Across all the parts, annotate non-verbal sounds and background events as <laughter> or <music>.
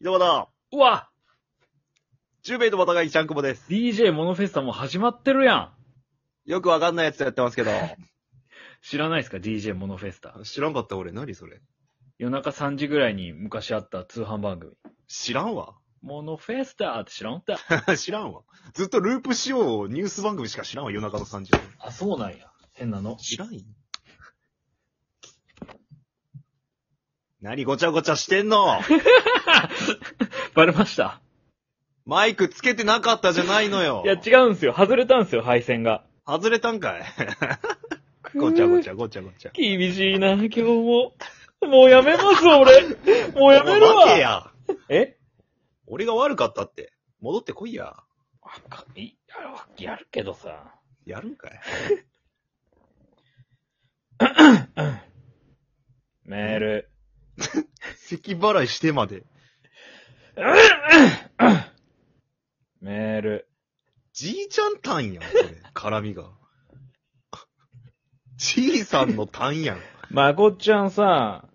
ではな、うわ10名のまたがいちゃんくぼです。 !DJ モノフェスタもう始まってるやんよくわかんないやつやってますけど。知らないですか ?DJ モノフェスタ。知らんかった俺、何それ。夜中3時ぐらいに昔あった通販番組。知らんわ。 <laughs> モノフェスタって知らんった知らんわ。ずっとループしようニュース番組しか知らんわ、夜中の3時。あ、そうなんや。変なの。知らんよ何ごちゃごちゃしてん <laughs> のバレました。マイクつけてなかったじゃないのよ。いや、違うんすよ。外れたんすよ、配線が。外れたんかい <laughs> ごちゃごちゃ。ゃごちゃごちゃ。厳しいな、今日も。もうやめます、俺。もうやめるお前待てわ。や。え俺が悪かったって。戻ってこいや。わか、いや、やるけどさ。やるんかい。メール。咳払いしてまで。メール。じいちゃん単やん、こ <laughs> れ。絡みが。じいさんの単やん。まこっちゃんさ、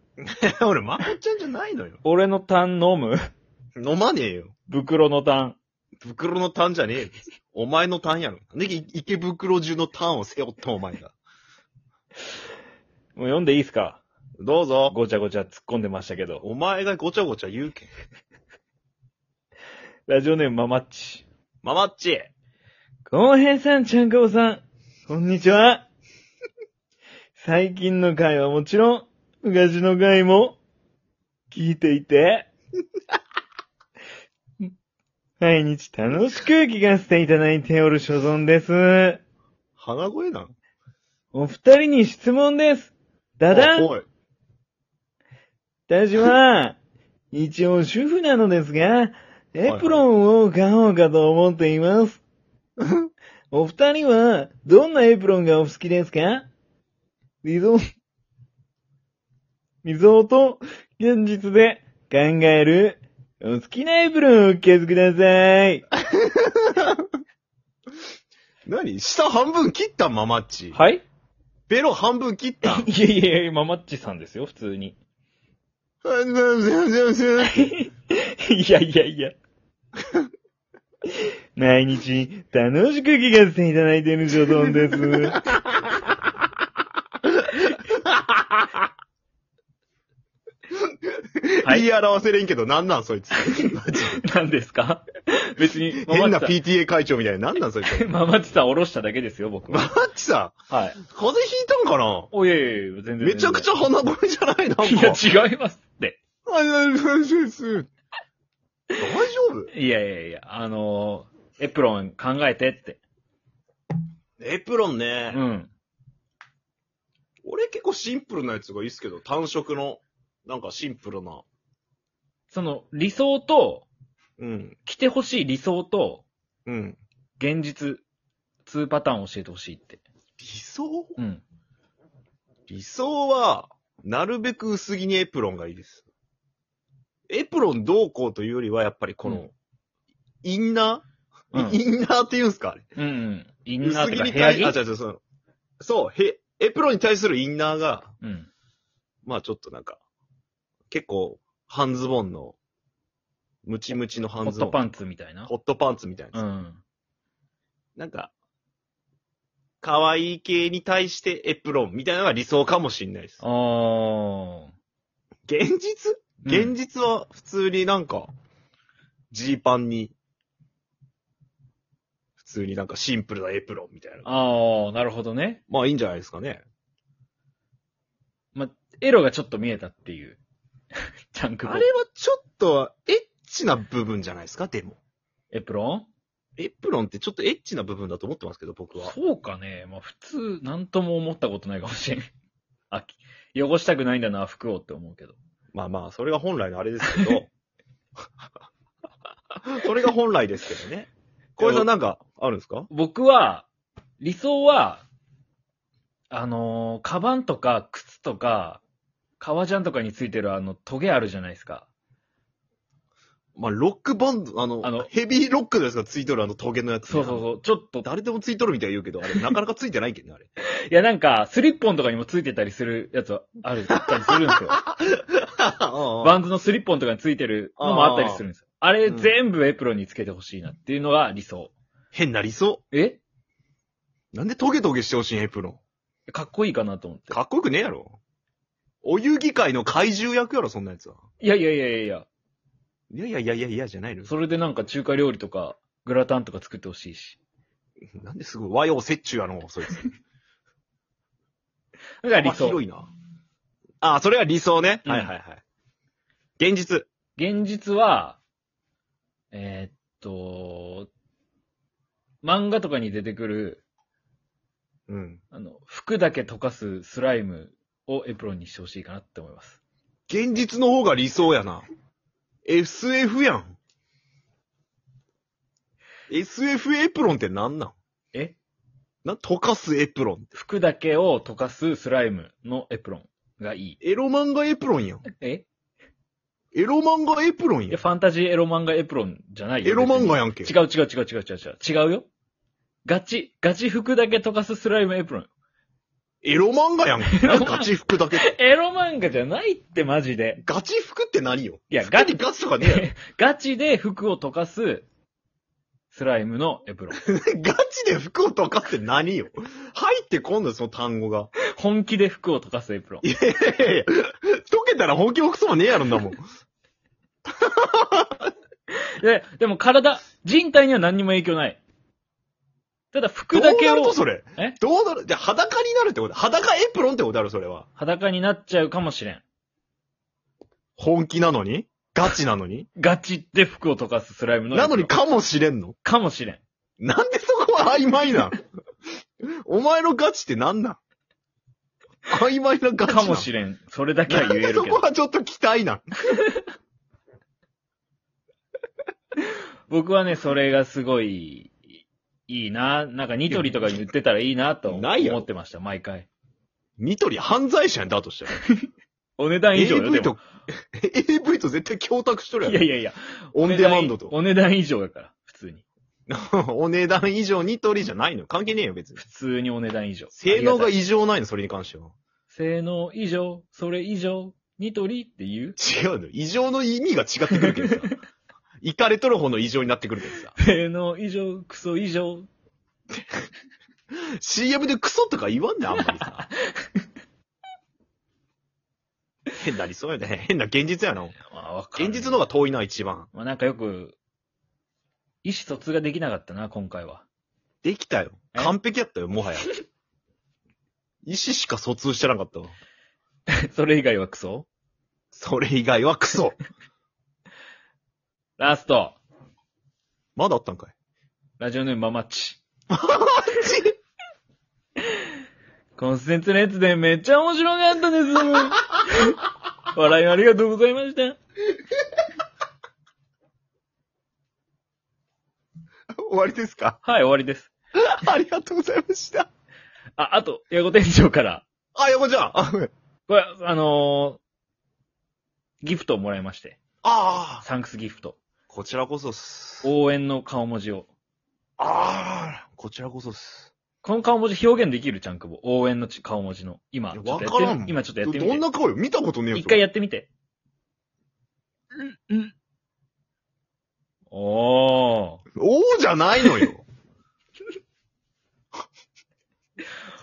<laughs> 俺、まこっちゃんじゃないのよ。俺のタン飲む <laughs> 飲まねえよ。袋のタン。袋の単じゃねえよ。お前の単やろ。なんでい池袋中の単を背負ったお前が。もう読んでいいっすかどうぞ。ごちゃごちゃ突っ込んでましたけど。お前がごちゃごちゃ言うけん。ラジオネームママッチ。ママッチ。こうへいさん、ちゃんかぼさん。こんにちは。最近の回はもちろん、昔の回も、聞いていて。毎日楽しく聞かせていただいておる所存です。鼻声なんお二人に質問です。ダダンおい。私は、一応主婦なのですが、エプロンを買おうかと思ってい <laughs> ます。お二人は、どんなエプロンがお好きですか理想、理想と現実で考える、お好きなエプロンをお聞かせください。何下半分切ったんママッチ。はい。ベロ半分切った <laughs> ん <laughs> いやいやいや、ママッチさんですよ、普通に。いやいやいや。毎日楽しく聞かせていただいている所存です。はい言い表せれんけど、なんなんそい <laughs> つ。 <laughs> 何ですか別に、ママ変なッチ PTA 会長みたいな。なんなんそいさつ。ん、ママッチさん下ろしただけですよ、僕マは。ッチさはい。ん、風邪ひいたんかなおいやいやいや、全然。めちゃくちゃ鼻声じゃないなんか。いや、違いますって。あいやいや大丈夫です大丈夫いやいやいや、あのーエプロン考えてって。エプロンうね。ん。俺結構シンプルなやつがいいっすけど、単色の、なんかシンプルな。その、理想と、うん。着てほしい理想と、うん。現実、2パターン教えてほしいって。理想うん。理想は、なるべく薄着にエプロンがいいです。エプロンどうこうというよりは、やっぱりこの、うんインナー、うんインナーって言うんすかあれ。うんうん。インナー薄着とかに部屋対、あ、着違う違う、その、そう、へ、エプロンに対するインナーが、うん。まあちょっとなんか、結構、半ズボンの、ムチムチのホ半ッズボトン。パンンツみたいなホ。ットパンツみたいな。うん。なんか、可愛い系に対してエプロンみたいなのが理想かもしんないですあ。ー。現実現実は普通になんか、ジーパンに、普通になんかシンプルなエプロンみたいな。ああ、なるほどね。まあいいんじゃないですかね。ま、エロがちょっと見えたっていう。 <laughs> チャンクボあれはちょっとエッチな部分じゃないですか、でも。エプロンエプロンってちょっとエッチな部分だと思ってますけど、僕は。そうかね。まあ、普通、なんとも思ったことないかもしれん。 <laughs> あ、き汚したくないんだな、服をって思うけど。まあまあ、それが本来のあれですけ <laughs> ど。それが本来ですけどね。小江さんなんかあるんですか僕は、理想は、あのー、カバンとか靴とか、革ジャンとかについてるあの、トゲあるじゃないですか。まあ、ロックバンド、あの、あのヘビーロックですが、ついとるあの峠のやつ。そうそうそう。ちょっと、誰でもついとるみたいに言うけど、あれ、なかなかついてないけど <laughs> ね、あれ。 <laughs> いやなんか、スリッポンとかにもついてたりするやつはある、あったりするんですよ。ババンズのスリッポンとかについてるのもあったりするんですよ。あれうん全部エプロンにつけてほしいなっていうのが理想。変な理想。えなんでトゲトゲしてほしいんエプロン。かっこいいかなと思って。かっこよくねえやろ。お遊戯会の怪獣役やろ、そんなやつは。いやいやいやいやいや。いやいやいやいやいやじゃないの。それでなんか中華料理とか、グラタンとか作ってほしいし。なんですごい和洋折衷やの、そいつ。だから <laughs> 理幅想。広いな。ああ、それは理想ね。うんはいはいはい。現実。現実は、えーっと、漫画とかに出てくる、うん。あの、服だけ溶かすスライムをエプロンにしてほしいかなって思います。現実の方が理想やな。SF やん。SF エプロンってなんなんえな、溶かすエプロン。服だけを溶かすスライムのエプロンがいい。エロ漫画エプロンやん。えエロ漫画エプロンいやや、ん。ファンタジーエロ漫画エプロンじゃないエロ漫画ややんけ。違う違う違う違う違う違う。違うよ。ガチ、ガチ服だけ溶かすスライムエプロン。エロ漫画やん <laughs> け。ロな漫ん画かガチ服だけ。エロ漫画じゃないってマジで。ガチ服って何よいや、ガガチチ、ガチとかねえやろ <laughs> ガチで服を溶かすスライムのエプロン。ガチで服を溶かすって何よ入ってこんのよその単語が。本気で服を溶かすエプロン。いやいや溶けたら本気もクソもねえやろんだもん。で、でも体、人体には何にも影響ない。ただど服うだけなるをとそれえどうなるじゃあ裸になるってこと裸エプロンってことあるそれは。裸になっちゃうかもしれん。本気なのにガチなのにガチで服を溶かすスライムのエプなロン。のにかもしれんのかもしれん。なんでそこは曖昧 <laughs> なんお前のガチってなんなん曖昧なガチなかんもしれん。それだけは言えるそけこど。はちょっと期待なん。僕はね、それがすごい、いいな。なんかニトリとかに売ってたらいいなとないやろ思ってました、毎回。ニトリ犯罪者やんだとしたら。お値段以上よ、で AV もと、AV と絶対供託しとるやいん。やいやいや。オンデマンドと。お値段以上だから、普通に。 <laughs> お値段以上ニトリじゃないのよ関係ねえよ別に。普通にお値段以上。性能あがりたい異常ないの、それに関しては。性能以上、それ以上、ニトリっていう違うの。異常の意味が違ってくるけど <laughs> さ。イカれとる方の異常になってくるけどさ。性能以上、クソ以上。 CM でクソとか言わんねあんまりさ。変な理想やね。変な現実やな。まあ、わかる現実の方が遠いな、一番。まあ、なんかよく、意思疎通ができなかったな、今回は。 <laughs> できたよ。え完璧やったよ、もはや。意思しか疎通してなかったわ。それ以外はクソそれ以外はクソ。ラスト、まだあったんかい。ラジオネームママッチ。ち骨折のやつでめっちゃ面白かったです。笑いありがとうございました。終わりですかはい、終わりです。ありがとうございました。あ、あと、ヤゴ店長から、あ、横ちゃん。あ、ごめんこれ、あのーギフトをもらいまして、ああ。サンクスギフト。こちらこそっす。応援の顔文字を。ああ、こちらこそっす。この顔文字表現できるちゃんくぼ。応援のち顔文字の。今、ちょっとやっわからてんみ今ちょっとやどってみどんて。な顔よ見たことねえよ。一回や。やってみて。うん、うん。おー。おーじゃないの <laughs> よ。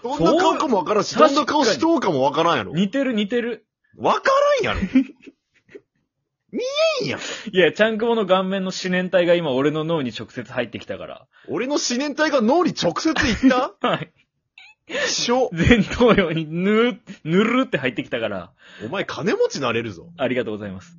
どんな顔かもわからんし、そうどんな顔しとうかもわからんやろ。似てる似てる。わからんやろ。見えんやん。いや、ちゃんくぼの顔面の四年体が今俺の脳に直接入ってきたから。俺の思念体が脳に直接行った <laughs> はい。一緒。前頭葉にぬる、ぬるって入ってきたから、お前金持ちなれるぞ。ありがとうございます。